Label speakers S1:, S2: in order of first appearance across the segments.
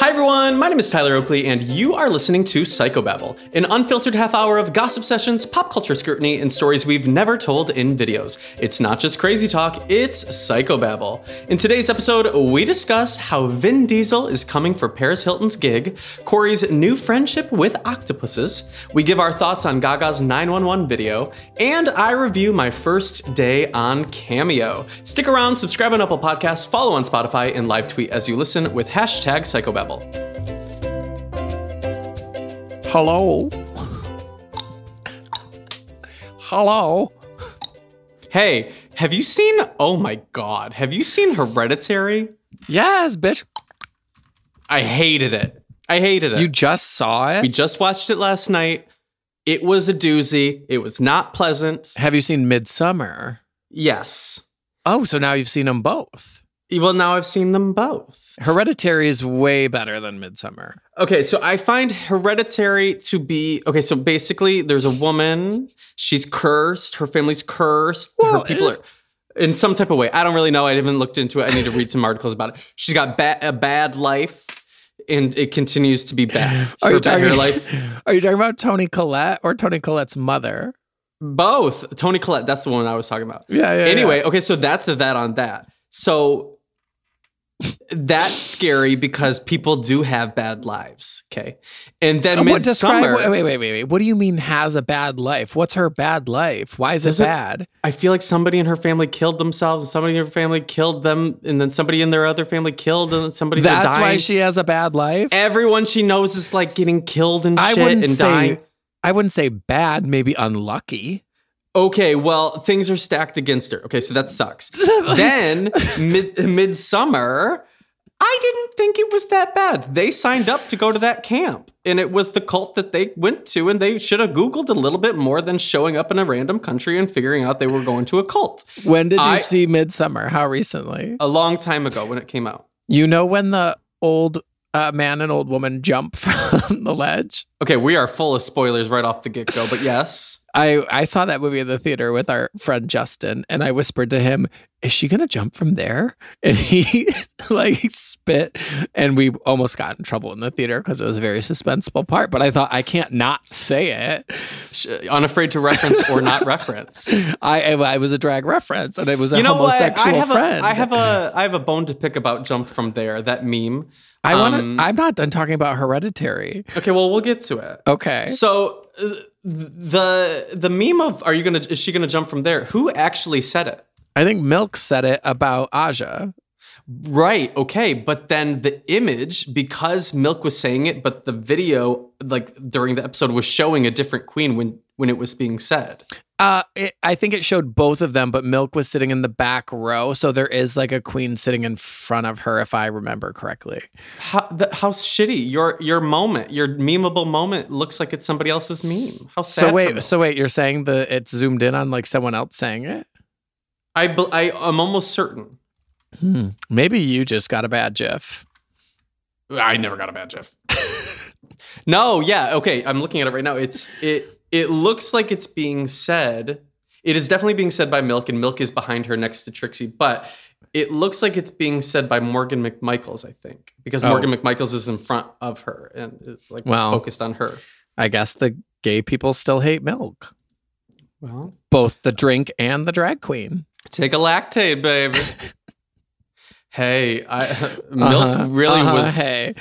S1: Hi, everyone. My name is Tyler Oakley, and you are listening to Psychobabble, an unfiltered half hour of gossip sessions, pop culture scrutiny, and stories we've never told in videos. It's not just crazy talk, it's Psychobabble. In today's episode, we discuss how Vin Diesel is coming for Paris Hilton's gig, Corey's new friendship with octopuses, we give our thoughts on Gaga's 911 video, and I review my first day on Cameo. Stick around, subscribe on Apple Podcasts, follow on Spotify, and live tweet as you listen with hashtag Psychobabble.
S2: Hello. Hello.
S1: Hey, have you seen? Oh my God, have you seen Hereditary?
S2: Yes, bitch.
S1: I hated it. I hated it.
S2: You just saw
S1: we
S2: it.
S1: just watched it last night. It was a doozy. It was not pleasant.
S2: Have you seen Midsummer?
S1: Yes.
S2: Oh, so now you've seen them both.
S1: Well, now I've seen them both.
S2: Hereditary is way better than Midsummer.
S1: Okay, so I find Hereditary to be okay. So basically, there's a woman. She's cursed. Her family's cursed.
S2: Well,
S1: her people
S2: it-
S1: are in some type of way. I don't really know. I haven't looked into it. I need to read some articles about it. She's got ba- a bad life, and it continues to be bad.
S2: Are
S1: her
S2: you,
S1: bad-
S2: talking,
S1: her life?
S2: are you talking about Tony Collette or Tony Collette's mother?
S1: Both Tony Collette. That's the one I was talking about.
S2: Yeah, yeah. yeah.
S1: anyway, okay, so that's the that on that. So that's scary because people do have bad lives. Okay, and then
S2: Uh, what,
S1: midsummer.
S2: describe, wait, wait, wait, wait, wait. What do you mean has a bad life? What's her bad life? Why is it
S1: Doesn't-
S2: bad?
S1: I feel like somebody in her family killed themselves, and somebody in her family killed them, and then somebody in their other family killed, and somebody's
S2: That's
S1: dying.
S2: why she has a bad life.
S1: Everyone she knows is like getting killed and
S2: I
S1: shit
S2: wouldn't
S1: and
S2: say
S1: dying.
S2: I wouldn't say bad, maybe unlucky.
S1: Okay, well, things are stacked against her. Okay, so that sucks. then mid- midsummer, I didn't think it was that bad. They signed up to go to that camp, and it was the cult that they went to, and they should have googled a little bit more than showing up in a random country and figuring out they were going to a cult
S2: When did you
S1: I-
S2: see Midsummer? How recently?
S1: a long time ago when it came out.
S2: You know when the old uh, man and old woman jump from the ledge?
S1: Okay, we are full of spoilers right off the get go, but yes.
S2: I, I saw that movie in the theater with our friend Justin, and I whispered to him, "Is she gonna jump from there?" And he like spit, and we almost got in trouble in the theater because it was a very suspenseful part. But I thought I can't not say it.
S1: sh- Unafraid to reference or not reference.
S2: I I was a drag reference, and it was a
S1: You know what? I
S2: homosexual
S1: have a,
S2: friend.
S1: I have a I have a bone to pick about jump from there. That meme.
S2: I want to.
S1: Um,
S2: I'm not done talking about hereditary.
S1: Okay, well, we'll get to it.
S2: Okay.
S1: So uh, the the meme of are you gonna is she gonna jump from there? Who actually said it?
S2: I think Milk said it about Aja.
S1: Right. Okay. But then the image because Milk was saying it, but the video like during the episode was showing a different queen when when it was being said.
S2: Uh, it, I think it showed both of them, but Milk was sitting in the back row. So there is like a queen sitting in front of her, if I remember correctly.
S1: How the, how shitty your your moment your memeable moment looks like it's somebody else's meme. How sad.
S2: So
S1: for
S2: wait,
S1: Milk.
S2: so wait, you're saying that it's zoomed in on like someone else saying it?
S1: I bel- I am almost certain.
S2: Hmm. Maybe you just got a bad GIF.
S1: I never got a bad GIF. no, yeah, okay. I'm looking at it right now. It's it it looks like it's being said. It is definitely being said by Milk, and Milk is behind her next to Trixie, but It looks like it's being said by Morgan McMichaels, I think, because
S2: Oh.
S1: Morgan McMichaels is in front of her and uh, like it's
S2: Wow.
S1: focused on her.
S2: I guess the gay people still hate milk,
S1: Well,
S2: both the drink and the drag queen.
S1: take a lactate, baby. hey, I, milk
S2: Uh-huh,
S1: really
S2: uh-huh,
S1: was
S2: Hey,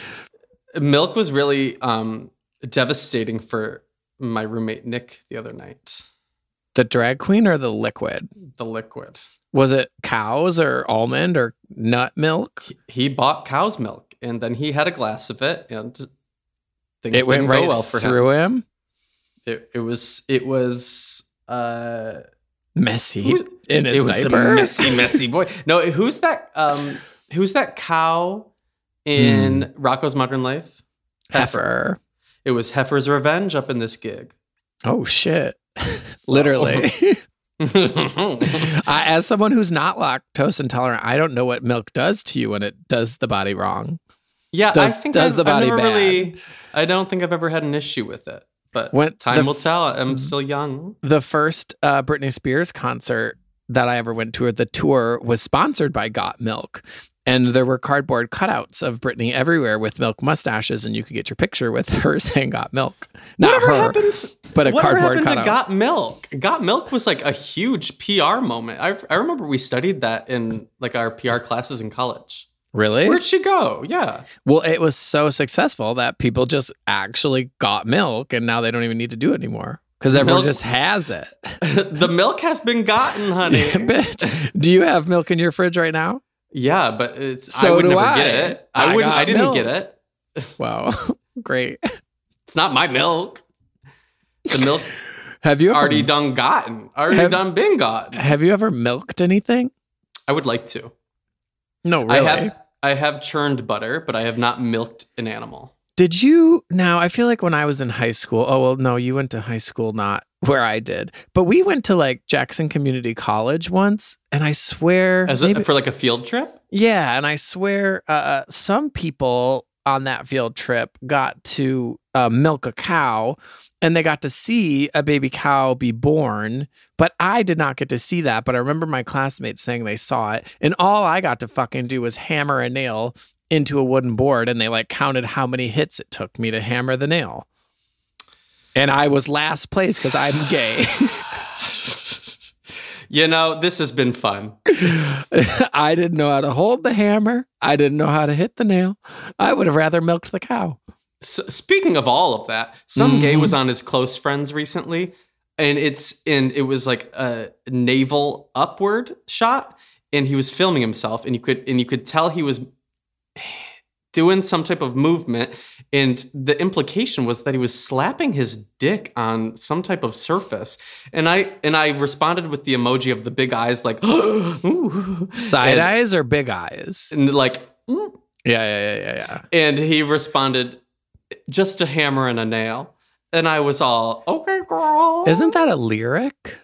S1: milk was really um, devastating for my roommate Nick the other night.
S2: the drag queen or the liquid?
S1: The liquid.
S2: Was it cows or almond or nut milk?
S1: He- He bought cow's milk and then he had a glass of it and things
S2: It went
S1: didn't go
S2: right
S1: well for him.
S2: through him.
S1: It, it was it was uh
S2: Messy
S1: Who-
S2: in his
S1: it was
S2: diaper.
S1: a messy messy boy. No, who's that um who's that cow in
S2: Hmm.
S1: Rocco's Modern Life?
S2: heifer.
S1: It was Heifer's Revenge up in this gig.
S2: Oh shit!
S1: So-
S2: Literally,
S1: I
S2: I, as someone who's not lactose intolerant, I don't know what milk does to you when it does the body wrong.
S1: Yeah,
S2: Does-
S1: I think
S2: does
S1: I've,
S2: the
S1: I've
S2: body
S1: never
S2: bad?
S1: really. I don't think I've ever had an issue with it, but
S2: When
S1: time
S2: the
S1: will
S2: f- Mm-hmm.
S1: tell. I'm still young.
S2: The first uh, Britney Spears concert that I ever went to, or the tour, was sponsored by Got Milk. And there were cardboard cutouts of Britney everywhere with milk mustaches, and you could get your picture with her saying "Got Milk." Not
S1: Whatever
S2: her,
S1: happened?
S2: but a
S1: Whatever
S2: cardboard
S1: happened to
S2: cutout.
S1: Got Milk? Got Milk was like a huge PR moment. I I remember we studied that in like our PR classes in college.
S2: really?
S1: Where'd she go? Yeah,
S2: Well, it was so successful that people just actually got milk and now they don't even need to do it anymore because everyone
S1: Milk-
S2: just has it.
S1: the milk has been gotten, honey.
S2: Bitch, do you have milk in your fridge right now?
S1: yeah, but it's I
S2: So
S1: would
S2: do
S1: never
S2: I.
S1: get it. I,
S2: I
S1: wouldn't.
S2: got
S1: I didn't
S2: milk.
S1: get it.
S2: Wow, great.
S1: It's not my milk. The milk
S2: Have you ever,
S1: already done gotten. Already
S2: Have-
S1: done been gotten.
S2: Have you ever milked anything?
S1: I would like to.
S2: No, really.
S1: I have I have churned butter, but I have not milked an animal.
S2: Did you? Now I feel like when I was in high school. Oh well, no, you went to high school, not where I did. But we went to like Jackson Community College once, and I swear,
S1: As a,
S2: maybe-
S1: for like a field trip?
S2: Yeah, and I swear, uh, some people on that field trip got to uh, milk a cow, and they got to see a baby cow be born. But I did not get to see that. But I remember my classmates saying they saw it, and all I got to fucking do was hammer a nail into a wooden board, and they like counted how many hits it took me to hammer the nail. And I was last place because I'm gay.
S1: You know, this has been fun.
S2: I didn't know how to hold the hammer. I didn't know how to hit the nail. I would have rather milked the cow.
S1: S speaking of all of that, some gay
S2: Mhm.
S1: was on his close friends recently, and it's and it was like a navel upward shot, and he was filming himself, and you could and you could tell he was doing some type of movement, and the implication was that he was slapping his dick on some type of surface, and I and I responded with the emoji of the big eyes, like ooh,
S2: Side
S1: and,
S2: eyes or big eyes?
S1: and like. "Mm."
S2: Yeah, yeah, yeah, yeah, yeah.
S1: And he responded, just a hammer and a nail. And I was all, okay, girl.
S2: Isn't that a lyric?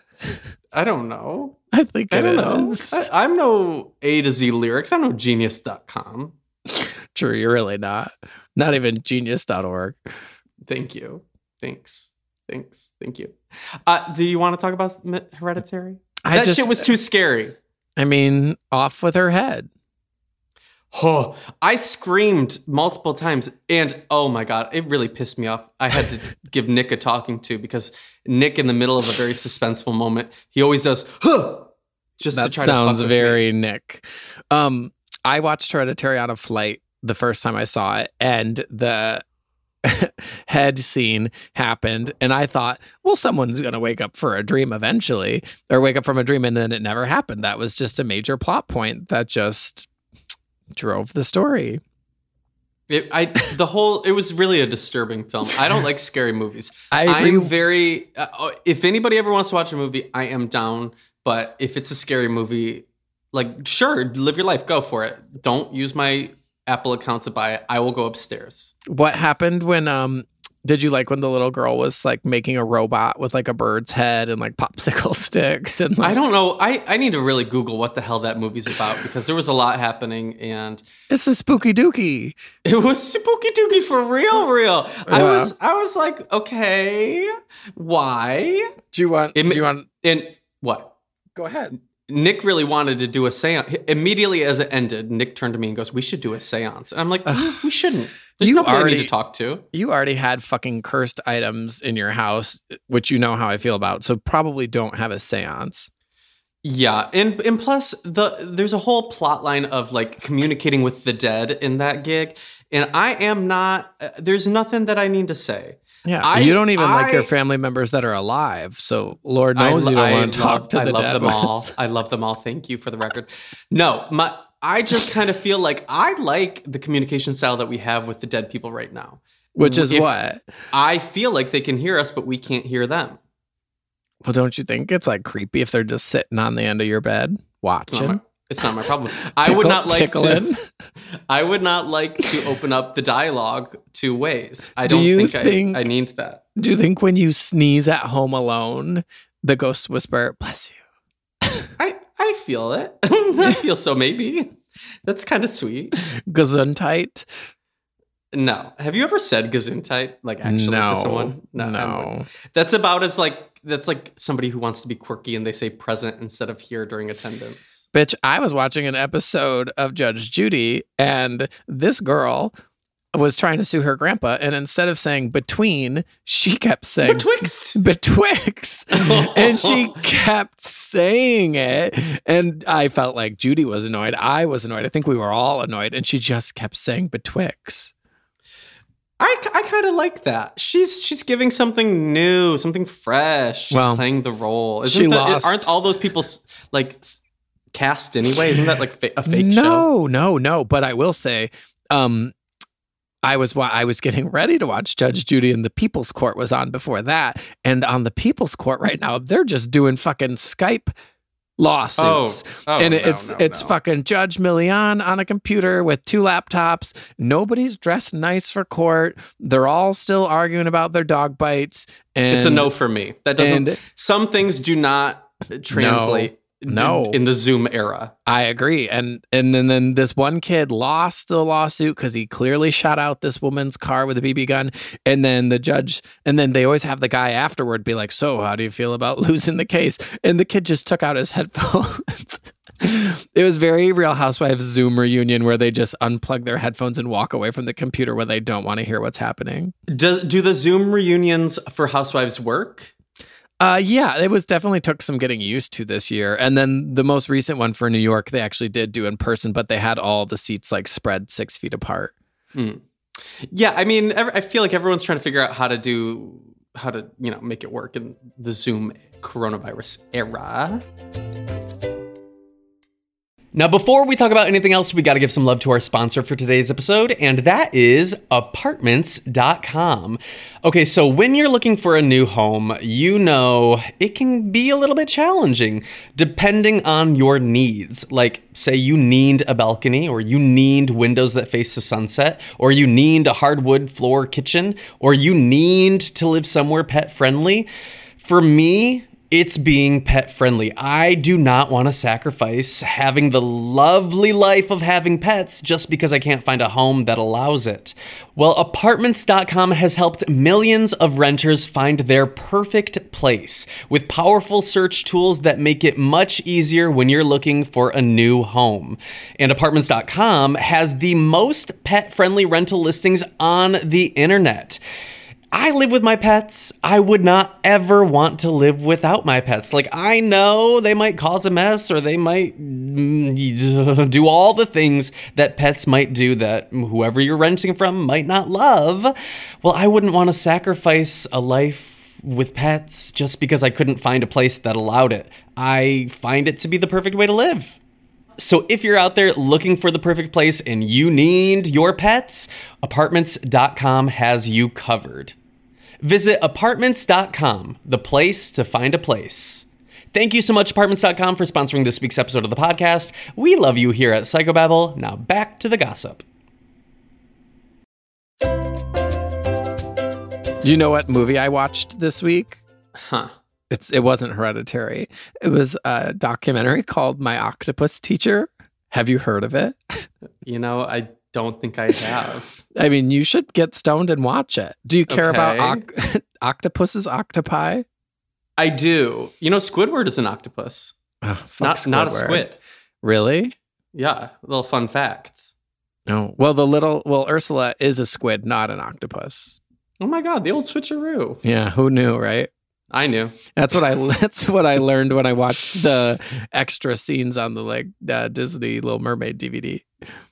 S1: I don't know.
S2: I think
S1: I
S2: it
S1: don't know.
S2: is.
S1: I, I'm no A to Z lyrics. I'm no genius.com.
S2: True, you're really not. Not even genius.org.
S1: Thank you. Thanks. Thanks. Thank you. Uh, do you want to talk about m- hereditary?
S2: I
S1: that
S2: just,
S1: shit was too scary.
S2: I mean, off with her head.
S1: Oh, I screamed multiple times, and oh my god, it really pissed me off. I had to give Nick a talking to because Nick, in the middle of a very suspenseful moment, he always does huh, just to
S2: That
S1: try to fuck
S2: sounds
S1: with me.
S2: very Nick. Um, I watched Hereditary on a flight the first time I saw it, and the head scene happened, and I thought, well, someone's gonna wake up for a dream eventually, or wake up from a dream, and then it never happened. That was just a major plot point that just drove the story.
S1: It, I the whole it was really a disturbing film. I don't like scary movies.
S2: I
S1: I
S2: agree.
S1: am very. Uh, oh, if anybody ever wants to watch a movie, I am down. But if it's a scary movie, like sure, live your life, go for it. Don't use my Apple account to buy it. I will go upstairs.
S2: what happened when um. Did you like when the little girl was like making a robot with like a bird's head and like popsicle sticks and like
S1: I don't know. I, I need to really Google what the hell that movie's about because there was a lot happening and
S2: it's a spooky dookie.
S1: it was spooky dookie for real, real. I
S2: Yeah.
S1: was I was like, okay, why?
S2: Do you want?
S1: It ma-
S2: do you want?
S1: And what?
S2: Go ahead.
S1: Nick really wanted to do a seance. Immediately as it ended, Nick turned to me and goes, "We should do a seance." And I'm like, "Mm, "We shouldn't. There's
S2: You
S1: nobody I
S2: already-
S1: need to talk to."
S2: You already had fucking cursed items in your house, which you know how I feel about. So probably don't have a seance.
S1: Yeah, and and plus the there's a whole plot line of like communicating with the dead in that gig, and I am not. uh, there's nothing that I need to say.
S2: Yeah.
S1: I-
S2: you don't even like your
S1: I-
S2: family members that are alive. So Lord knows
S1: I,
S2: you don't
S1: I
S2: want to talk
S1: love,
S2: to
S1: I
S2: the
S1: love
S2: dead
S1: them all.
S2: ones.
S1: I love them all. Thank you for the record. No, my I just kind of feel like I like the communication style that we have with the dead people right now.
S2: Which is
S1: If-
S2: what?
S1: I feel like they can hear us, but we can't hear them.
S2: Well, don't you think it's like creepy if they're just sitting on the end of your bed
S1: It's
S2: watching?
S1: not my, it's not my problem. I would
S2: Tickle-
S1: not like
S2: tickling?
S1: to. I would not like to open up the dialogue two ways. I
S2: Do
S1: don't
S2: you
S1: think, I-
S2: think-
S1: I, need that.
S2: Do you think when you sneeze at home alone, the ghost whisper, bless you?
S1: I I feel it. I feel so maybe. That's kind of sweet.
S2: Gesundheit?
S1: No. Have you ever said gesundheit like actually
S2: no,
S1: to someone?
S2: No.
S1: I wouldn't. That's about as like that's like somebody who wants to be quirky and they say present instead of here during attendance.
S2: Bitch, I was watching an episode of Judge Judy, and this girl was trying to sue her grandpa. And instead of saying between, she kept saying
S1: Betwixt.
S2: betwixt. and she kept saying it. And I felt like Judy was annoyed. I was annoyed. I think we were all annoyed. And she just kept saying betwixt.
S1: I, I kind of like that. She's she's giving something new, something fresh. She's
S2: Well,
S1: playing the role. Isn't
S2: she
S1: that,
S2: lost-
S1: Aren't all those people s- like s- cast anyway? Isn't that like fa- a fake
S2: no,
S1: show?
S2: no, no. But I will say, um, I was wa- I was getting ready to watch Judge Judy and the People's Court was on before that, and on the People's Court right now, they're just doing fucking Skype lawsuits.
S1: Oh,
S2: and
S1: no,
S2: it's
S1: no,
S2: it's
S1: no.
S2: fucking Judge Millian on a computer with two laptops. Nobody's dressed nice for court. They're all still arguing about their dog bites. And
S1: It's a no for me. That doesn't.
S2: and-
S1: some things do not translate. d-
S2: no.
S1: in the Zoom era.
S2: I agree. And and then, then this one kid lost the lawsuit because he clearly shot out this woman's car with a BB gun. And then the judge and then they always have the guy afterward be like, So how do you feel about losing the case? And the kid just took out his headphones. it was very real housewives Zoom reunion where they just unplug their headphones and walk away from the computer when they don't want to hear what's happening.
S1: Do, do the Zoom reunions for Housewives work?
S2: Uh, yeah, it was definitely took some getting used to this year. And then the most recent one for New York, they actually did do in person, but they had all the seats like spread six feet apart.
S1: Yeah, I mean, ev- I feel like everyone's trying to figure out how to do how to you know make it work in the Zoom coronavirus era.
S3: Now, before we talk about anything else, we got to give some love to our sponsor for today's episode, and that is apartments.com. Okay, so when you're looking for a new home, you know it can be a little bit challenging depending on your needs. Like, say you need a balcony, or you need windows that face the sunset, or you need a hardwood floor kitchen, or you need to live somewhere pet friendly. For me, it's being pet friendly. I do not want to sacrifice having the lovely life of having pets just because I can't find a home that allows it. Well, apartments.com has helped millions of renters find their perfect place with powerful search tools that make it much easier when you're looking for a new home. And apartments.com has the most pet friendly rental listings on the internet. I live with my pets. I would not ever want to live without my pets. Like, I know they might cause a mess or they might mm, do all the things that pets might do that whoever you're renting from might not love. Well, I wouldn't want to sacrifice a life with pets just because I couldn't find a place that allowed it. I find it to be the perfect way to live. So if you're out there looking for the perfect place and you need your pets, apartments.com has you covered. Visit apartments.com, the place to find a place. Thank you so much, apartments.com, for sponsoring this week's episode of the podcast. We love you here at Psychobabble. Now back to the gossip.
S2: You know what movie I watched this week?
S1: Huh.
S2: It's it wasn't Hereditary. It was a documentary called My Octopus Teacher. Have you heard of it?
S1: You know, I don't think I have.
S2: I mean, you should get stoned and watch it. Do you care about
S1: Okay.
S2: oc- octopuses, octopi?
S1: I do. You know, Squidward is an octopus.
S2: Oh, fuck
S1: Not not a
S2: Squidward.
S1: squid.
S2: Really?
S1: Yeah, little fun facts.
S2: No. Well, the little well Ursula is a squid, not an octopus.
S1: Oh my god, the old switcheroo.
S2: Yeah, who knew, right?
S1: I knew.
S2: That's what I that's what I learned when I watched the extra scenes on the like uh, Disney Little Mermaid DVD.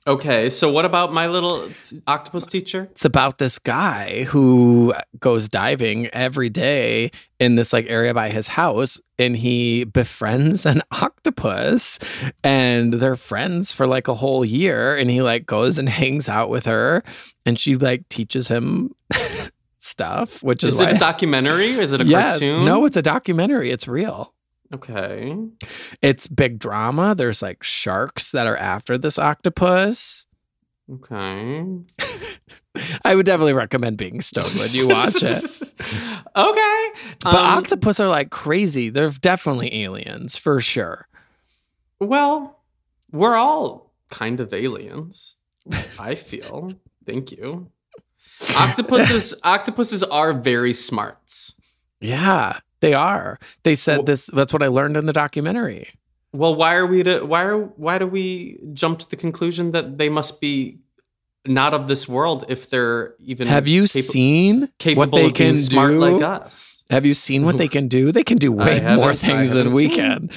S1: Okay, so what about my little t- octopus teacher?
S2: It's about this guy who goes diving every day in this like area by his house and he befriends an octopus and they're friends for like a whole year and he like goes and hangs out with her and she like teaches him stuff, which is,
S1: Is it a
S2: why-
S1: documentary? Is it a
S2: yeah,
S1: cartoon?
S2: No, it's a documentary. It's real.
S1: Okay.
S2: It's big drama. There's like sharks that are after this octopus.
S1: Okay.
S2: I would definitely recommend being stoned when you watch it.
S1: okay.
S2: But
S1: um,
S2: octopus are like crazy. They're definitely aliens for sure.
S1: well, we're all kind of aliens. I feel. Thank you. Octopuses octopuses are very smart.
S2: Yeah, they are. They said
S1: Well-
S2: this. That's what I learned in the documentary.
S1: Well, why are we to why are why do we jump to the conclusion that they must be not of this world if they're even
S2: Have you
S1: capa-
S2: seen
S1: capable
S2: what they
S1: of being
S2: can
S1: smart
S2: do?
S1: like us?
S2: Have you seen what they can do? They can do way
S1: haven't- I
S2: more things than
S1: haven't
S2: we
S1: seen.
S2: can.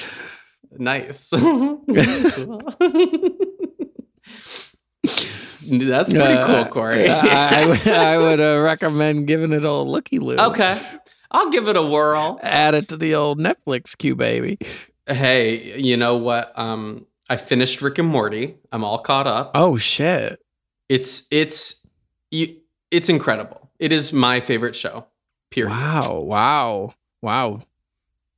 S1: Nice. That's pretty cool,
S2: Uh,
S1: Corey.
S2: I, I would- I would uh, recommend giving it a looky loo.
S1: okay. I'll give it a whirl.
S2: Add it to the old Netflix queue, baby.
S1: Hey, you know what? Um, I finished Rick and Morty. I'm all caught up.
S2: Oh shit!
S1: It's it's you, it's incredible. It is my favorite show. Period.
S2: Wow! Wow! Wow!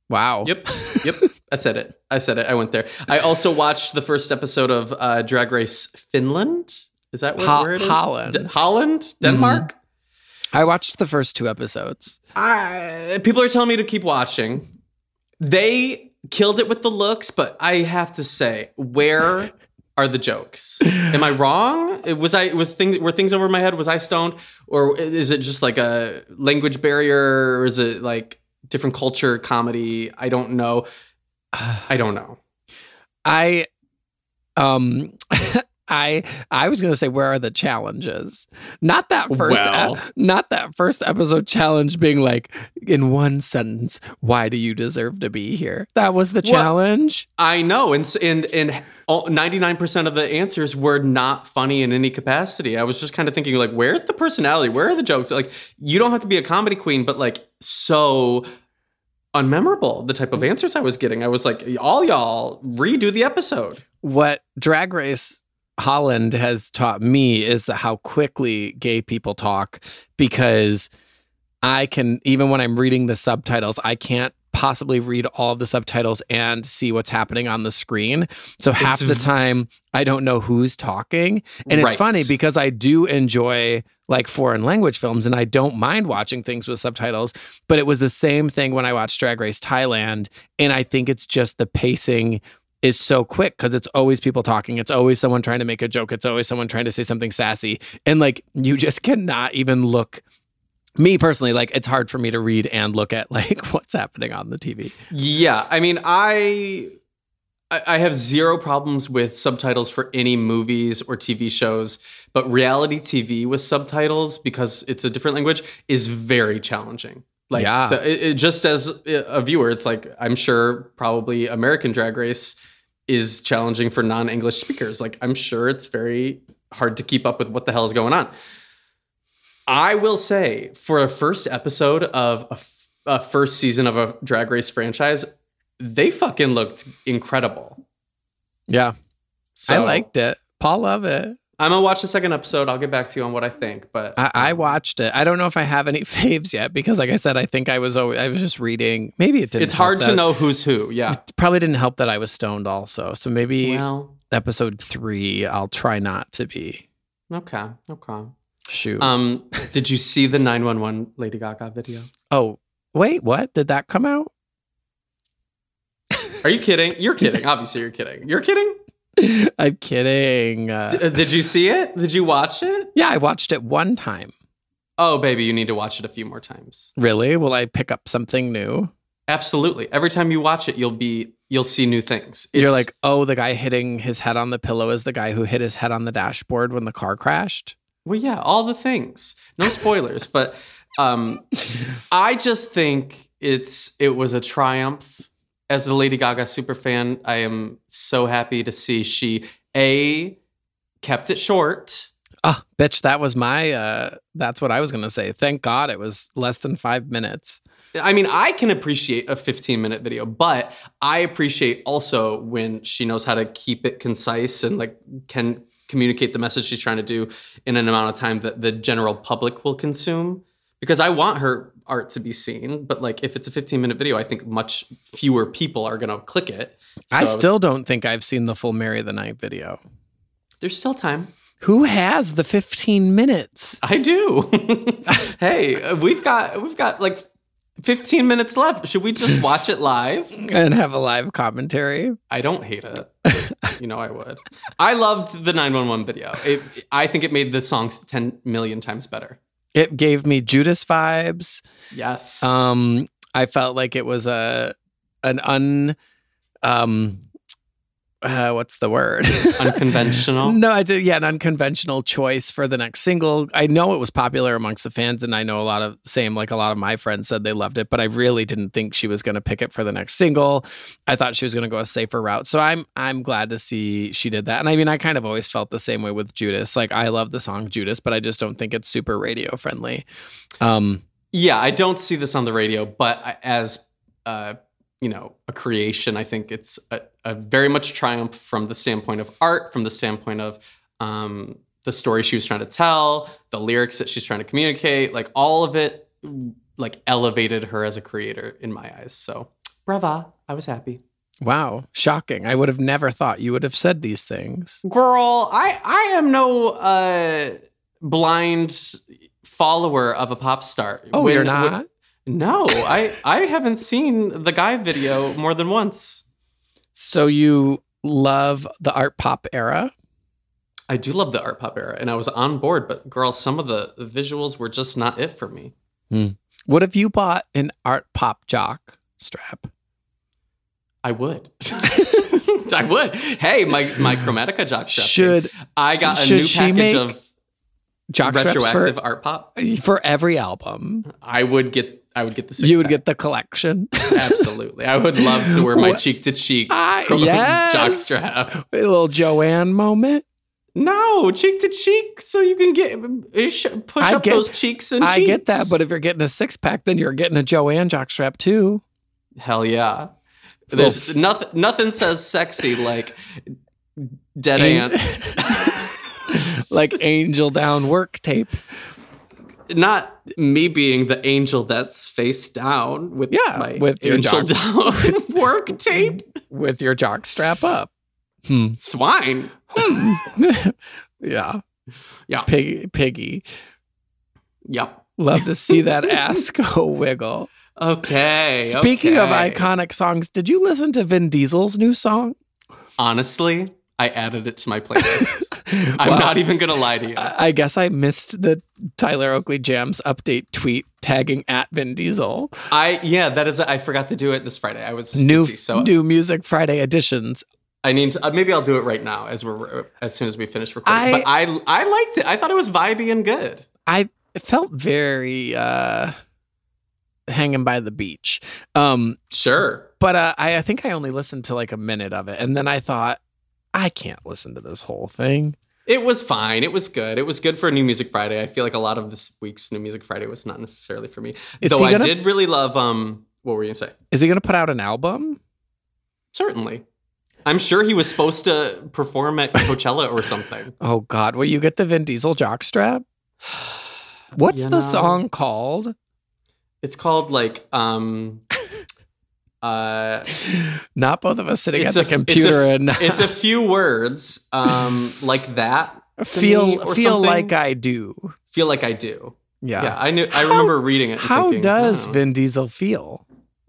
S2: Wow!
S1: Yep. Yep. I said it. I said it. I went there. I also watched the first episode of uh, Drag Race Finland. Is that where,
S2: Ho-
S1: where it is?
S2: Holland. Mm-hmm.
S1: D- Holland, Denmark.
S2: I watched the first two episodes.
S1: I, people are telling me to keep watching. They killed it with the looks, but I have to say, where are the jokes? Am I wrong? It- Was I was thing were things over my head? Was I stoned, or is it just like a language barrier, or is it like different culture comedy? I don't know. I don't know.
S2: I, um, I I was gonna say where are the challenges? Not that first, e-
S1: Well.
S2: not that first episode challenge being like in one sentence. Why do you deserve to be here? That was the
S1: What?
S2: challenge.
S1: I know, and s- and and ninety nine percent of the answers were not funny in any capacity. I was just kind of thinking, like, where's the personality? Where are the jokes? Like, you don't have to be a comedy queen, but like, so unmemorable. The type
S2: Mm.
S1: of answers I was getting, I was like, all y'all redo the episode.
S2: What Drag Race Holland has taught me is how quickly gay people talk because I can even when I'm reading the subtitles, I can't possibly read all of the subtitles and see what's happening on the screen. So half
S1: It's
S2: the
S1: v-
S2: time I don't know who's talking. And it's
S1: Right.
S2: funny because I do enjoy like foreign language films and I don't mind watching things with subtitles, but it was the same thing when I watched Drag Race Thailand and I think it's just the pacing is so quick because it's always people talking. It's always someone trying to make a joke. It's always someone trying to say something sassy. And like you just cannot even look me personally, like it's hard for me to read and look at like what's happening on the TV.
S1: Yeah, I mean, I I I have zero problems with subtitles for any movies or TV shows, but reality TV with subtitles because it's a different language is very challenging. Like,
S2: Yeah.
S1: so it, it- just as a viewer, it's like I'm sure probably American Drag Race is challenging for non-English speakers. Like, I'm sure it's very hard to keep up with what the hell is going on. I will say, for a first episode of a, f- a first season of a Drag Race franchise, they fucking looked incredible.
S2: Yeah.
S1: So
S2: I liked it. Paul loved it.
S1: I'm gonna watch the second episode. I'll get back to you on what I think. But
S2: I, I watched it. I don't know if I have any faves yet because like I said, I think I was always I was just reading. Maybe it didn't
S1: it's
S2: help
S1: hard to
S2: that-
S1: know who's who. Yeah.
S2: It probably didn't help that I was stoned also. So maybe
S1: Well.
S2: episode three, I'll try not to be.
S1: Okay. Okay.
S2: Shoot.
S1: Um. did you see the 911 Lady Gaga video?
S2: oh, wait, what? Did that come out?
S1: Are you kidding? You're kidding. Obviously, you're kidding. You're kidding.
S2: I'm kidding. Uh,
S1: D- uh, did you see it? Did you watch it?
S2: yeah, I watched it one time.
S1: Oh, baby, you need to watch it a few more times.
S2: Really? Will I pick up something new?
S1: Absolutely. Every time you watch it, you'll be you'll see new things.
S2: You're
S1: It's-
S2: like, oh, the guy hitting his head on the pillow is the guy who hit his head on the dashboard when the car crashed.
S1: Well, yeah, all the things. No spoilers, but um, I just think it's it was a triumph. As a Lady Gaga superfan, I am so happy to see she a kept it short.
S2: Ah, bitch, that was my. Uh, that's what I was gonna say. Thank God it was less than five minutes.
S1: I mean, I can appreciate a 15 minute video, but I appreciate also when she knows how to keep it concise and like can communicate the message she's trying to do in an amount of time that the general public will consume. Because I want her art to be seen, but like if it's a 15 minute video, I think much fewer people are gonna click it. So
S2: I
S1: was-
S2: still don't think I've seen the full Mary the Night video.
S1: there's still time.
S2: Who has the 15 minutes?
S1: I do. hey, we've got we've got like 15 minutes left. Should we just watch it live?
S2: And have a live commentary.
S1: I don't hate it. but, you know, I would. I loved the 911 video. It, I think it made the songs 10 million times better.
S2: It gave me Judas vibes.
S1: Yes.
S2: Um, I felt like it was a an un um uh, what's the word?
S1: Unconventional.
S2: No, I did. Yeah, an unconventional choice for the next single. I know it was popular amongst the fans, and I know a lot of same like a lot of my friends said they loved it, but I really didn't think she was going to pick it for the next single. I thought she was going to go a safer route. So I'm I'm glad to see she did that. And I mean, I kind of always felt the same way with Judas. Like I love the song Judas, but I just don't think it's super radio friendly. Um,
S1: Yeah, I don't see this on the radio, but I, as uh, you know, a creation, I think it's a, a very much triumph from the standpoint of art, from the standpoint of um, the story she was trying to tell, the lyrics that she's trying to communicate, like all of it, like elevated her as a creator in my eyes. So, brava! I was happy.
S2: wow, shocking! I would have never thought you would have said these things.
S1: girl i i am no uh blind follower of a pop star
S2: Oh,
S1: When-
S2: you're
S1: when-
S2: not.
S1: no i i haven't seen the guy video more than once
S2: so you love the art pop era.
S1: i do love the art pop era and i was on board but girl some of the visuals were just not it for me
S2: What if you bought an art pop jock strap?
S1: i would i would hey my my chromatica jock strap thing.
S2: Should
S1: i got a
S2: should
S1: new
S2: she
S1: package
S2: make
S1: of
S2: jock straps
S1: retroactive
S2: for,
S1: art pop
S2: for every album?
S1: i would get i would get the six
S2: you would get the collection.
S1: Absolutely. I would love to wear my
S2: What?
S1: cheek to cheek
S2: I- yes.
S1: jockstrap.
S2: a little Joanne moment.
S1: No, cheek to cheek, so you can get eh, sh- push
S2: I
S1: up
S2: get-
S1: those cheeks and
S2: I get that,
S1: cheeks.
S2: but if you're getting a six pack, then you're getting a Joanne jock strap too.
S1: hell yeah. There's nothing nothing says sexy like dead
S2: Ain't-
S1: ant.
S2: Like angel down work tape.
S1: not me being the angel that's face down with
S2: Yeah,
S1: my
S2: with your
S1: angel
S2: jock-
S1: down work tape.
S2: with your jock strap up. Hmm.
S1: Swine.
S2: yeah.
S1: Yeah.
S2: Pig, piggy.
S1: Yep.
S2: Love to see that ass go wiggle.
S1: Okay.
S2: Speaking of
S1: okay.
S2: iconic songs, did you listen to Vin Diesel's new song?
S1: Honestly, I added it to my playlist. I'm
S2: Wow.
S1: not even gonna lie to you.
S2: I I guess I missed the Tyler Oakley Jams update tweet tagging at Vin Diesel.
S1: I yeah, that is. I forgot to do it this Friday. I was
S2: New
S1: busy, so
S2: new music Friday editions.
S1: I need to. Uh, maybe I'll do it right now as we're uh, as soon as we finish
S2: I-
S1: recording. but I I liked it. I thought it was vibey and good.
S2: I felt very uh, hanging by the beach. Um,
S1: Sure.
S2: but uh, I, I think I only listened to like a minute of it, and then I thought I can't listen to this whole thing.
S1: It was fine. It was good. It was good for New Music Friday. I feel like a lot of this week's New Music Friday was not necessarily for me.
S2: Is
S1: Though
S2: he
S1: I
S2: gonna-
S1: did really love. Um, what were you gonna say?
S2: Is he going to put out an album?
S1: Certainly. I'm sure he was supposed to perform at Coachella or something.
S2: Oh God, will you get the Vin Diesel jockstrap? What's
S1: You
S2: the
S1: know.
S2: song called?
S1: It's called like um uh
S2: Not both of us sitting
S1: It's
S2: at
S1: a-
S2: the computer
S1: it's a-
S2: and
S1: it's a few words um like that. to me
S2: feel
S1: or
S2: feel
S1: something.
S2: like I do.
S1: feel like I do.
S2: Yeah.
S1: Yeah, I knew I
S2: How-
S1: remember reading it. and
S2: How
S1: thinking,
S2: does
S1: oh.
S2: Vin Diesel feel?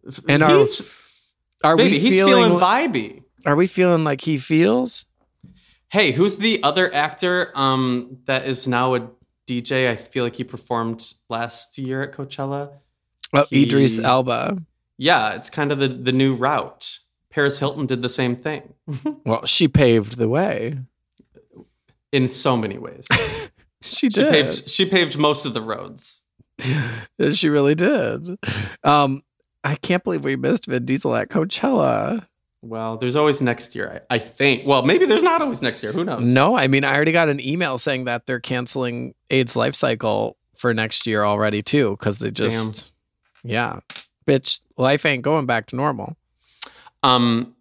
S1: F-
S2: and our-
S1: he's,
S2: Are
S1: baby,
S2: we
S1: he's
S2: feeling,
S1: feeling vibey.
S2: Are we feeling like he feels?
S1: Hey, who's the other actor um that is now a DJ? I feel like he performed last year at Coachella.
S2: Well,
S1: He-
S2: Idris Elba.
S1: Yeah, it's kind of the the new route. Paris Hilton did the same thing
S2: Well, she paved the way.
S1: in so many ways.
S2: She
S1: She
S2: did.
S1: paved she paved most of the roads.
S2: She really did. Um, I can't believe we missed Vin Diesel at Coachella.
S1: Well, there's always next year, I, I think. Well, maybe there's not always next year. Who knows?
S2: No, I mean, I already got an email saying that they're canceling AIDS life cycle for next year already, too, because they just, yeah, bitch, life ain't going back to normal.
S1: Um,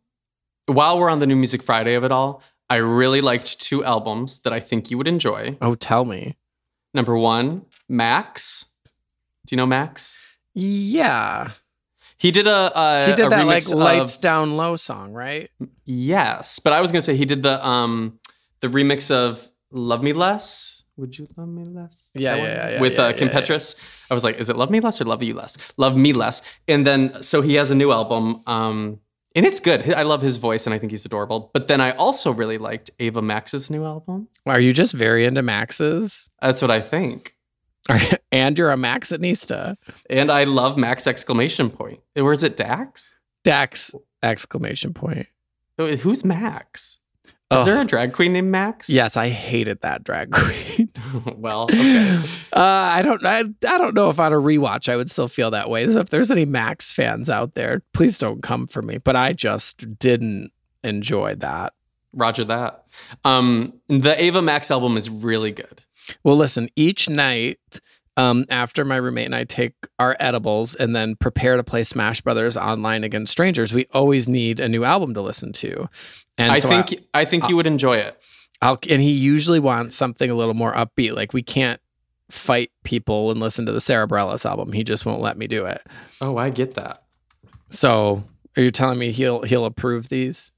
S1: while we're on the New Music Friday of it all, I really liked two albums that I think you would enjoy.
S2: Oh, tell me.
S1: Number one, Max. Do you know Max?
S2: Yeah.
S1: He did a, a
S2: He did
S1: a
S2: that like
S1: remix of-
S2: lights down low song, right?
S1: yes, but I was gonna say he did the um the remix of "Love Me Less." Would you love me less? That
S2: Yeah, yeah,
S1: one?
S2: yeah, yeah,
S1: With
S2: yeah,
S1: uh, Kim
S2: yeah, yeah.
S1: Petras, I was like, "Is it love me less or love you less? Love me less." And then so he has a new album, um, and it's good. I love his voice, and I think he's adorable. But then I also really liked Ava Max's new album.
S2: Are you just very into Maxes?
S1: That's what I think.
S2: and you're a Maxinista.
S1: And I love Max exclamation point. Or is it Dax?
S2: Dax exclamation point.
S1: Who- Who's Max? Is
S2: Ugh.
S1: there a drag queen named Max?
S2: Yes, I hated that drag queen.
S1: well, okay.
S2: Uh, I don't. I, I don't know if on a rewatch I would still feel that way. So if there's any Max fans out there, please don't come for me. But I just didn't enjoy that.
S1: Roger that. Um, the Ava Max album is really good.
S2: Well, listen, each night um, after my roommate and I take our edibles and then prepare to play Smash Brothers online against strangers, we always need a new album to listen to. And
S1: I
S2: so
S1: think I, think you would enjoy it.
S2: I, will and he usually wants something a little more upbeat. Like we can't fight people and listen to the Sarah Bareilles album. He just won't let me do it.
S1: Oh, I get that.
S2: So are you telling me he'll he'll approve these?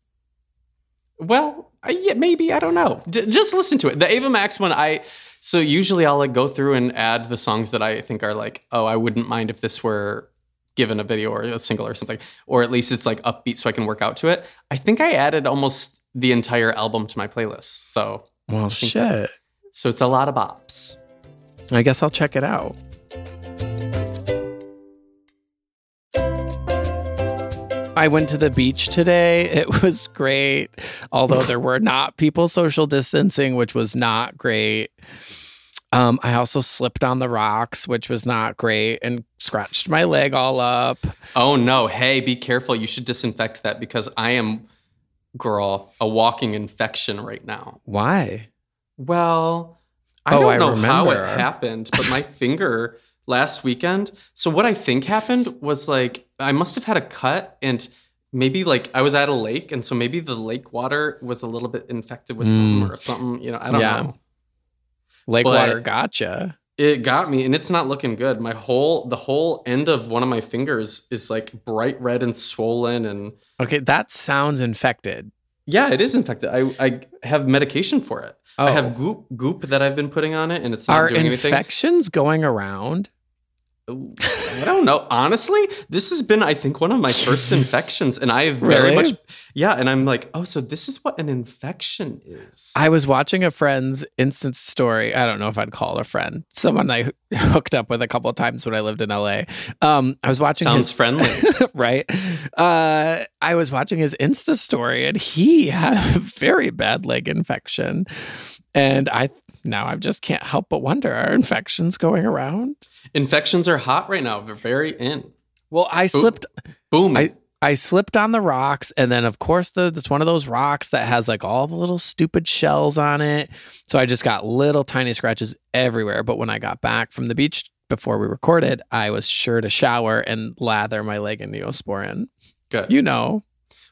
S1: Well, I, yeah, maybe I don't know. D- just listen to it. The Ava Max one, I so usually I'll like go through and add the songs that I think are like, oh, I wouldn't mind if this were given a video or a single or something, or at least it's like upbeat so I can work out to it. I think I added almost the entire album to my playlist, so
S2: Well, shit.
S1: so it's a lot of bops.
S2: I guess I'll check it out. I went to the beach today. It was great, although there were not people social distancing, which was not great. Um, I also slipped on the rocks, which was not great, and scratched my leg all up.
S1: Oh no! Hey, be careful. You should disinfect that because I am, girl, a walking infection right now.
S2: Why?
S1: Well, I
S2: Oh,
S1: don't
S2: I
S1: know how it
S2: remember.
S1: happened, but my finger last weekend. So what I think happened was like I must have had a cut and maybe like I was at a lake and so maybe the lake water was a little bit infected with something or something, you know, I don't
S2: Mm. Yeah.
S1: know.
S2: Lake
S1: But-
S2: water gotcha.
S1: It got me and it's not looking good. My whole the whole end of one of my fingers is like bright red and swollen and
S2: Okay, that sounds infected.
S1: yeah, it is infected. I, I have medication for it.
S2: Oh,
S1: I have goop goop that I've been putting on it and it's not
S2: are
S1: doing anything.
S2: infections going around?
S1: I don't know. Honestly, this has been, I think, one of my first infections, and I have very
S2: Really?
S1: much, yeah. And I'm like, oh, so this is what an infection is.
S2: I was watching a friend's instant story. I don't know if I'd call it a friend, someone I hooked up with a couple of times when I lived in LA. Um, I was watching
S1: Sounds friendly.
S2: his right. Uh, I was watching his Insta story, and he had a very bad leg infection. And I now I just can't help but wonder: are infections going around?
S1: Infections are hot right now. They're very in.
S2: Well, I slipped
S1: Boom.
S2: I- I slipped on the rocks, and then of course the it's one of those rocks that has like all the little stupid shells on it. So I just got little tiny scratches everywhere. But when I got back from the beach before we recorded, I was sure to shower and lather my leg in Neosporin.
S1: Good.
S2: You know,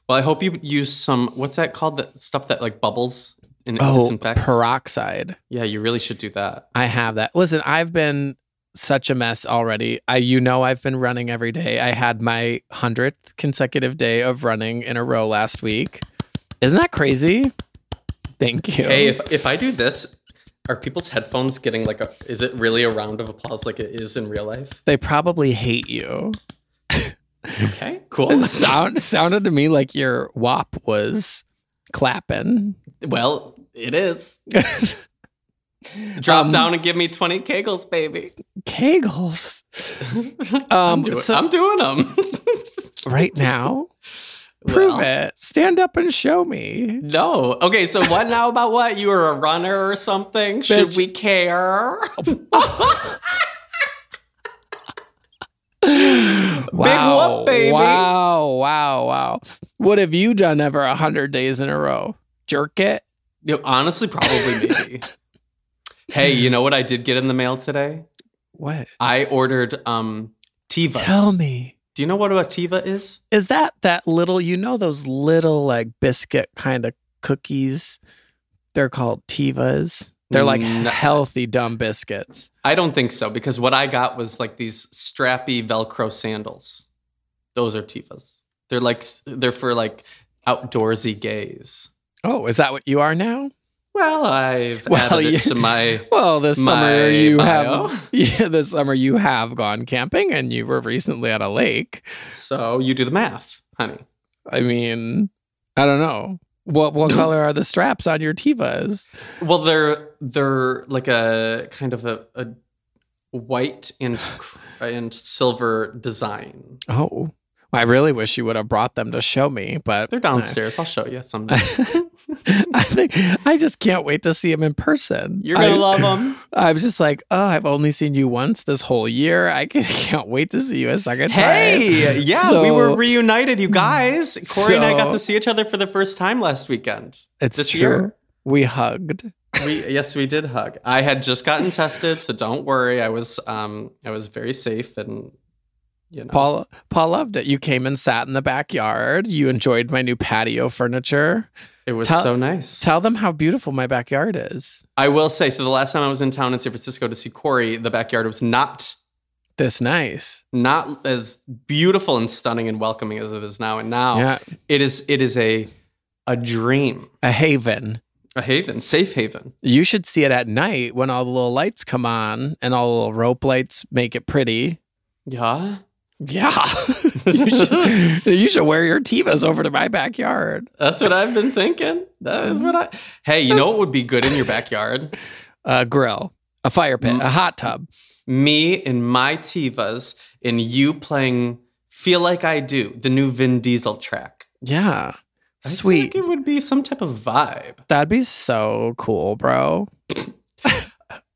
S1: well, I hope you use some. What's that called? That stuff that like bubbles and it
S2: oh,
S1: disinfects.
S2: peroxide.
S1: yeah, you really should do that.
S2: I have that. Listen, I've been such a mess already. I you know I've been running every day. I had my 100th consecutive day of running in a row last week. Isn't that crazy? Thank you.
S1: Hey, if if I do this, are people's headphones getting like a? Is it really a round of applause like it is in real life?
S2: they probably hate you.
S1: Okay, cool.
S2: It sound sounded to me like your wop was clapping.
S1: well, it is. Drop
S2: Um,
S1: down and give me 20 kegels, baby.
S2: Kegels. Um
S1: I'm doing,
S2: so
S1: I'm doing them.
S2: right now Prove it. Stand up and show me.
S1: No. Okay, so what now about what? You were a runner or something? Should
S2: Bitch.
S1: we care?
S2: Wow.
S1: baby.
S2: Wow, wow, wow. What have you done ever a hundred days in a row? Jerk it?
S1: You know, honestly, probably maybe. hey, you know what I did get in the mail today?
S2: What?
S1: I ordered um Tivas.
S2: Tell me.
S1: Do you know what a Tiva is?
S2: Is that that little, you know, those little like biscuit kind of cookies? They're called Tivas. They're like
S1: No.
S2: healthy, dumb biscuits.
S1: I don't think so because what I got was like these strappy Velcro sandals. Those are Tivas. They're like s- they're for like outdoorsy gays.
S2: Oh, is that what you are now?
S1: Well, I've
S2: Well,
S1: added
S2: you-
S1: it to my
S2: Well, this
S1: My
S2: summer you
S1: bio.
S2: have yeah, this summer you have gone camping and you were recently at a lake.
S1: so you do the math, honey.
S2: I mean, I don't know. What what color are the straps on your Tivas?
S1: Well, they're they're like a kind of a, a white and cr- and silver design.
S2: Oh. I really wish you would have brought them to show me, but
S1: They're downstairs. I'll show you someday.
S2: I think I just can't wait to see them in person.
S1: You're gonna
S2: I,
S1: love them.
S2: I was just like, oh, I've only seen you once this whole year. I can't- can't wait to see you a second time.
S1: Hey, yeah, we were
S2: So,
S1: reunited, you guys. Corey and I got
S2: So-
S1: to see each other for the first time last weekend.
S2: it's
S1: this
S2: true.
S1: year.
S2: We hugged.
S1: We yes, we did hug. I had just gotten tested, so don't worry. I was um I was very safe and you know
S2: Paul Paul loved it. You came and sat in the backyard. You enjoyed my new patio furniture.
S1: it was
S2: tell-
S1: so nice.
S2: Tell them how beautiful my backyard is.
S1: I will say, so the last time I was in town in San Francisco to see Corey, the backyard was not
S2: This nice.
S1: not as beautiful and stunning and welcoming as it is now. And now
S2: Yeah.
S1: it is it is a a dream,
S2: A haven.
S1: a haven, safe haven.
S2: You should see it at night when all the little lights come on and all the little rope lights make it pretty.
S1: Yeah.
S2: Yeah. you, should, you should wear your Tivas over to my backyard.
S1: That's what I've been thinking. That is what I. Hey, you know what would be good in your backyard?
S2: A grill, a fire pit,
S1: Mm.
S2: a hot tub.
S1: Me in my Tivas and you playing Feel Like I Do, the new Vin Diesel track.
S2: Yeah.
S1: I feel like
S2: Sweet.
S1: it would be some type of vibe.
S2: That'd be so cool, bro.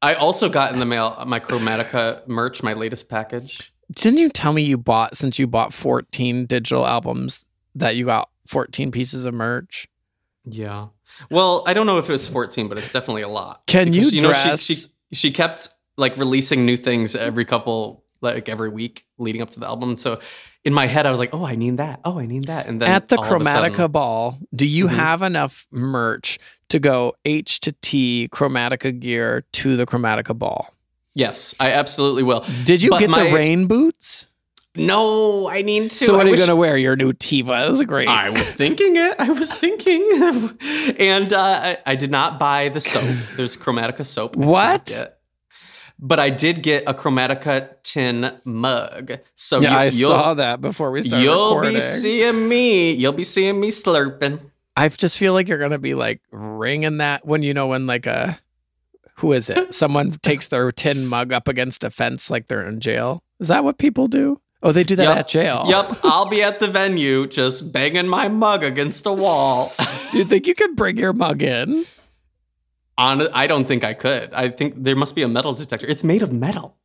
S1: I also got in the mail my Chromatica merch, my latest package.
S2: Didn't you tell me you bought, since you bought 14 digital albums, that you got 14 pieces of merch?
S1: Yeah. Well, I don't know if it was 14, but it's definitely a lot.
S2: Can you,
S1: Because, know, she-
S2: dress?
S1: she, she kept like releasing new things every couple like every week leading up to the album. So in my head, I was like, oh, I need that. Oh, I need that. And then
S2: at the
S1: all of a
S2: Chromatica
S1: sudden-
S2: ball, do you
S1: Mhm.
S2: have enough merch to go H to T Chromatica gear to the Chromatica ball?
S1: yes, I absolutely will.
S2: Did you
S1: But
S2: get
S1: my-
S2: the rain boots?
S1: No, I need to.
S2: so what
S1: I
S2: are you
S1: wish-
S2: gonna wear? Your new Tivas, great.
S1: I was thinking it. I was thinking, and uh, I, I did not buy the soap. There's Chromatica soap. I did not
S2: What?
S1: get. But I did get a Chromatica tin mug. So
S2: yeah,
S1: you,
S2: I
S1: you'll-
S2: saw that before we started
S1: you'll
S2: recording.
S1: be seeing me. You'll be seeing me slurping.
S2: I just feel like you're gonna be like ringing that when you know when like a who is it? Someone takes their tin mug up against a fence like they're in jail. Is that what people do? Oh, they do that
S1: Yup.
S2: at jail.
S1: Yep, I'll be at the venue just banging my mug against a wall.
S2: Do you think you could bring your mug in?
S1: On, I don't think I could. I think there must be a metal detector. It's made of metal.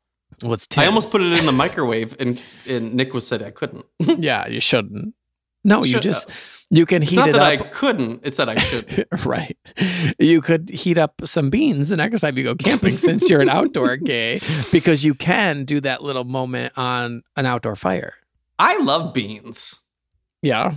S2: What's tin?
S1: I almost put it in the microwave, and, and Nick was said I couldn't.
S2: yeah, you shouldn't. No, you
S1: Should-
S2: just you can
S1: It's
S2: heat
S1: not
S2: it
S1: that I
S2: up.
S1: couldn't. It's that I should.
S2: right. You could heat up some beans the next time you go camping since you're an outdoor gay because you can do that little moment on an outdoor fire.
S1: I love beans.
S2: Yeah.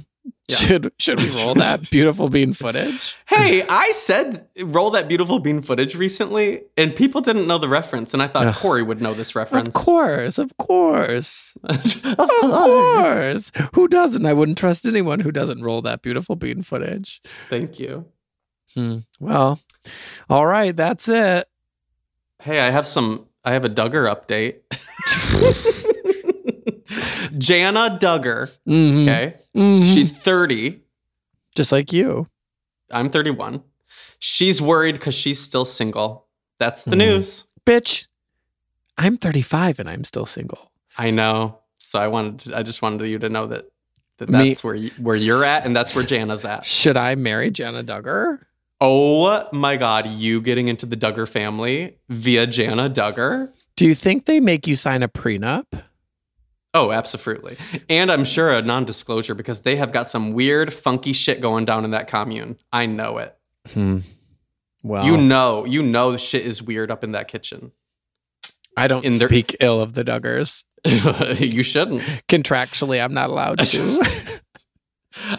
S1: Yeah.
S2: Should should we roll that beautiful bean footage?
S1: Hey, I said roll that beautiful bean footage recently, and people didn't know the reference, and I thought
S2: Ugh.
S1: Corey would know this reference.
S2: Of course, of course.
S1: Of
S2: Of
S1: course.
S2: course. Who doesn't? I wouldn't trust anyone who doesn't roll that beautiful bean footage.
S1: Thank you.
S2: Hmm. Well, all right, that's it.
S1: Hey, I have some. I have a Duggar update. Jana Duggar.
S2: Mhm.
S1: Okay,
S2: Mhm.
S1: she's thirty.
S2: just like you.
S1: I'm thirty-one. She's worried because she's still single. That's the
S2: Mhm.
S1: news.
S2: bitch, I'm 35 and I'm still single.
S1: I know. So I wanted. To, I just wanted you to know that That
S2: Me-
S1: that's where y- where you're at, and that's where Jana's at.
S2: Should I marry Jana Duggar?
S1: Oh my God, you getting into the Duggar family via Jana Duggar?
S2: Do you think they make you sign a prenup?
S1: Oh, absolutely. And I'm sure a non disclosure because they have got some weird, funky shit going down in that commune. I know it.
S2: Hmm. Well,
S1: You know, you know, the shit is weird up in that kitchen.
S2: I don't
S1: in their-
S2: speak ill of the Duggars.
S1: you shouldn't.
S2: Contractually, I'm not allowed to.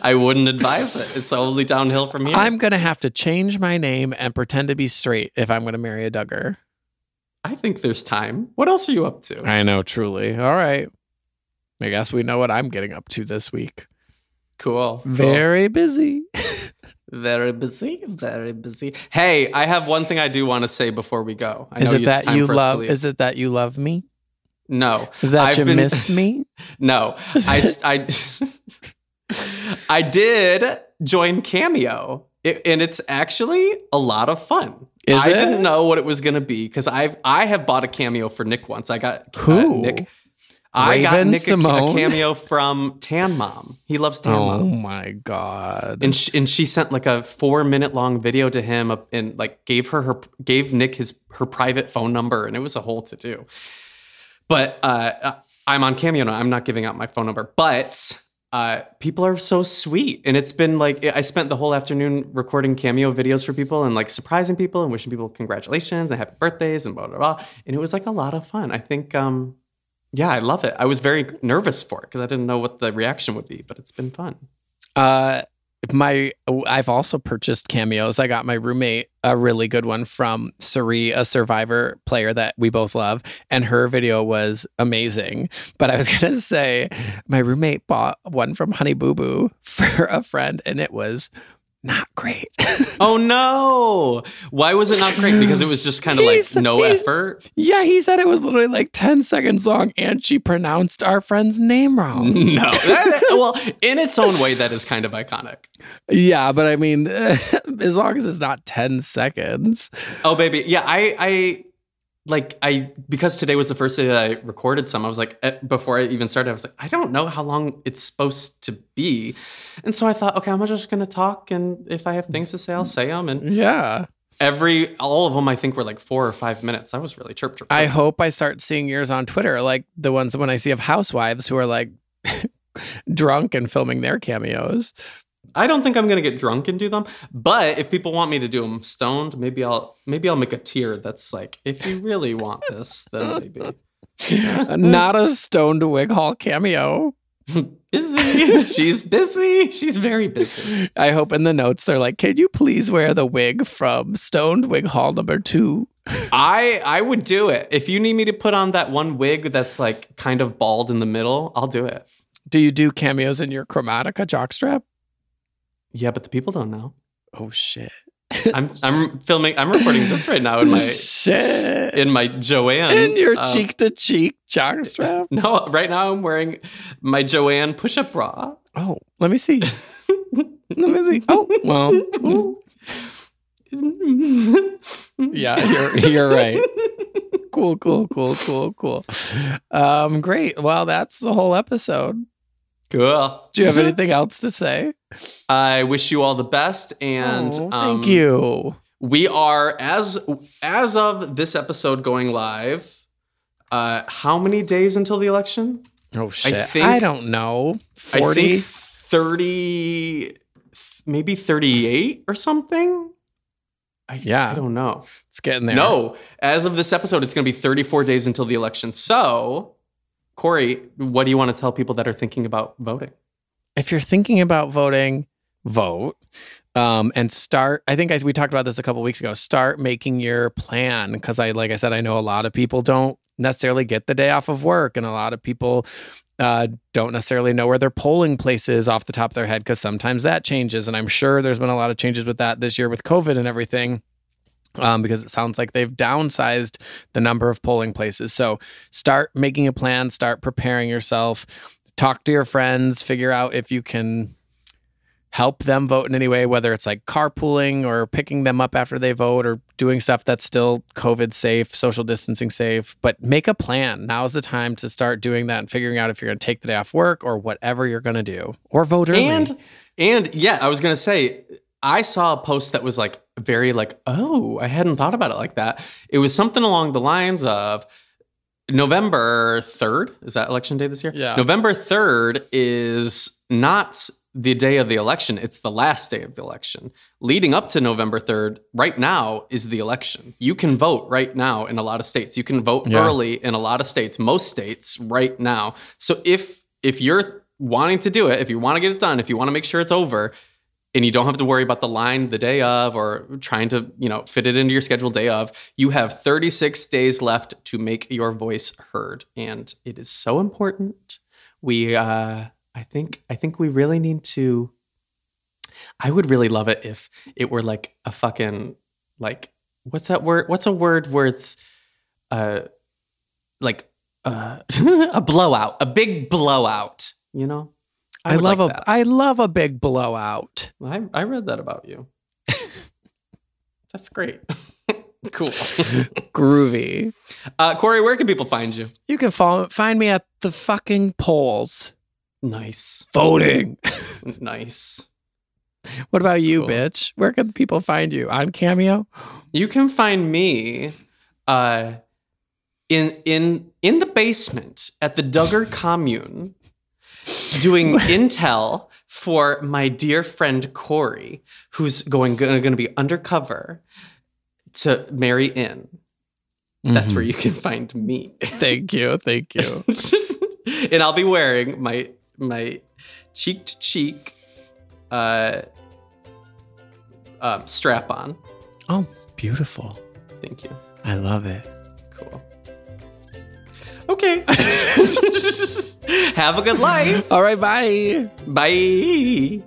S1: I wouldn't advise it. It's only downhill from here.
S2: I'm gonna have to change my name and pretend to be straight if I'm gonna marry a Duggar.
S1: I think there's time. What else are you up to?
S2: I know, truly. All right. I guess we know what I'm getting up to this week.
S1: Cool.
S2: Very busy.
S1: Cool. Very busy. Very busy. Hey, I have one thing I do want to say before we go. I
S2: Is
S1: know
S2: it
S1: it's
S2: that
S1: time
S2: you
S1: for us to
S2: love?
S1: leave.
S2: Is it that you love me?
S1: no,
S2: Is that
S1: I've
S2: you
S1: been-
S2: miss me?
S1: no. I, I, I did join Cameo, it, and it's actually a lot of fun.
S2: Is
S1: I
S2: it?
S1: didn't know what it was going to be because I've I have bought a cameo for Nick once. I got uh,
S2: Who?
S1: Nick. I got
S2: Raven
S1: Nick a- a,
S2: Simone?
S1: cameo from Tan Mom. He loves Tan
S2: Oh
S1: Mom.
S2: my god.
S1: And she, and she sent like a four minute long video to him uh, and like gave her her gave Nick his her private phone number and it was a whole to do. But uh, I'm on Cameo now. I'm not giving out my phone number, but uh, people are so sweet and it's been like I spent the whole afternoon recording Cameo videos for people and like surprising people and wishing people congratulations and happy birthdays and blah blah blah. And it was like a lot of fun. I think. um yeah, I love it. I was very nervous for it because I didn't know what the reaction would be, but it's been fun.
S2: Uh, my I've also purchased cameos. I got my roommate a really good one from Suri, a Survivor player that we both love, and her video was amazing. But I was gonna say my roommate bought one from Honey Boo Boo for a friend, and it was not great.
S1: Oh no! Why was it not great? Because it was just kind of like
S2: He's-
S1: no
S2: he's-
S1: effort.
S2: yeah, he said it was literally like 10 seconds long, and she pronounced our friend's name wrong.
S1: No. That- well, in its own way, that is kind of iconic.
S2: yeah, but I mean, as long as it's not 10 seconds.
S1: Oh baby, yeah. I I like I because today was the first day that I recorded some. I was like eh, before I even started, I was like I don't know how long it's supposed to be, and so I thought, okay, I'm just gonna talk, and if I have things to say, I'll say them. And
S2: Yeah.
S1: every all of them, I think were like four or five minutes. I was really chirp chirp.
S2: I
S1: chirp.
S2: hope I start seeing yours on Twitter, like the ones when I see of housewives who are like drunk and filming their cameos.
S1: I don't think I'm gonna get drunk and do them, but if people want me to do them stoned, maybe I'll maybe I'll make a tier that's like, if you really want this, then maybe.
S2: Not a stoned wig hall cameo.
S1: Busy. She's busy. She's very busy.
S2: I hope in the notes they're like, can you please wear the wig from stoned wig hall number two?
S1: I I would do it. If you need me to put on that one wig that's like kind of bald in the middle, I'll do it.
S2: Do you do cameos in your chromatica jockstrap?
S1: Yeah, but the people don't know.
S2: Oh shit.
S1: I'm I'm filming I'm recording this right now in my
S2: shit.
S1: in my Joanne.
S2: In your
S1: um,
S2: cheek to cheek jockstrap.
S1: No, right now I'm wearing my Joanne push-up bra.
S2: Oh, let me see. let me see. Oh, well. Yeah, you're you're right. cool, cool, cool, cool, cool. Um, great. Well, that's the whole episode.
S1: Cool.
S2: Do you have anything else to say?
S1: I wish you all the best, and
S2: Oh, thank
S1: um,
S2: you.
S1: We are as as of this episode going live. Uh, how many days until the election?
S2: Oh shit. I,
S1: think-
S2: don't know.
S1: I
S2: Forty.
S1: think thirty, maybe thirty-eight or something. I,
S2: Yeah.
S1: I don't know.
S2: It's getting there.
S1: No, as of this episode, it's going to be 34 days until the election. So, Corey, what do you want to tell people that are thinking about voting?
S2: if you're thinking about voting, vote. Um, and start. I think I, we talked about this a couple weeks ago. Start making your plan because I, like I said, I know a lot of people don't necessarily get the day off of work, and a lot of people uh, don't necessarily know where their polling place is off the top of their head because sometimes that changes. And I'm sure there's been a lot of changes with that this year with COVID and everything. Um, because it sounds like they've downsized the number of polling places. So start making a plan, start preparing yourself, talk to your friends, figure out if you can help them vote in any way, whether it's like carpooling or picking them up after they vote or doing stuff that's still COVID safe, social distancing safe. But make a plan. Now's the time to start doing that and figuring out if you're going to take the day off work or whatever you're going to do or vote early.
S1: And and yeah, I was gonna say I saw a post that was like very like, oh, I hadn't thought about it like that. It was something along the lines of November 3rd. Is that election day this year?
S2: Yeah.
S1: November 3rd is not the day of the election, it's the last day of the election. Leading up to November 3rd, right now is the election. You can vote right now in a lot of states. You can vote
S2: Yeah.
S1: early in a lot of states, most states right now. So if if you're wanting to do it, if you want to get it done, if you want to make sure it's over, and you don't have to worry about the line the day of or trying to you know fit it into your schedule day of you have 36 days left to make your voice heard and it is so important we uh i think i think we really need to i would really love it if it were like a fucking like what's that word what's a word where it's uh like uh a blowout a big blowout you know
S2: I,
S1: would
S2: love
S1: like
S2: a
S1: that.
S2: I love a big blowout.
S1: I, I read that about you. That's great. cool.
S2: Groovy.
S1: Uh, Corey, where can people find you?
S2: You can follow, find me at the fucking polls.
S1: Nice.
S2: Voting.
S1: Nice.
S2: What about you,
S1: Cool.
S2: bitch? Where can people find you? On Cameo?
S1: You can find me uh, in in in the basement at the Duggar commune doing intel for my dear friend Corey, who's going going to be undercover to marry in. That's where you can find me.
S2: Mm-hmm. Thank you. Thank you.
S1: and I'll be wearing my my cheek to cheek uh, um, strap on.
S2: oh, beautiful.
S1: Thank you.
S2: I love it.
S1: Cool. Okay. Have a good life.
S2: All right, bye.
S1: Bye.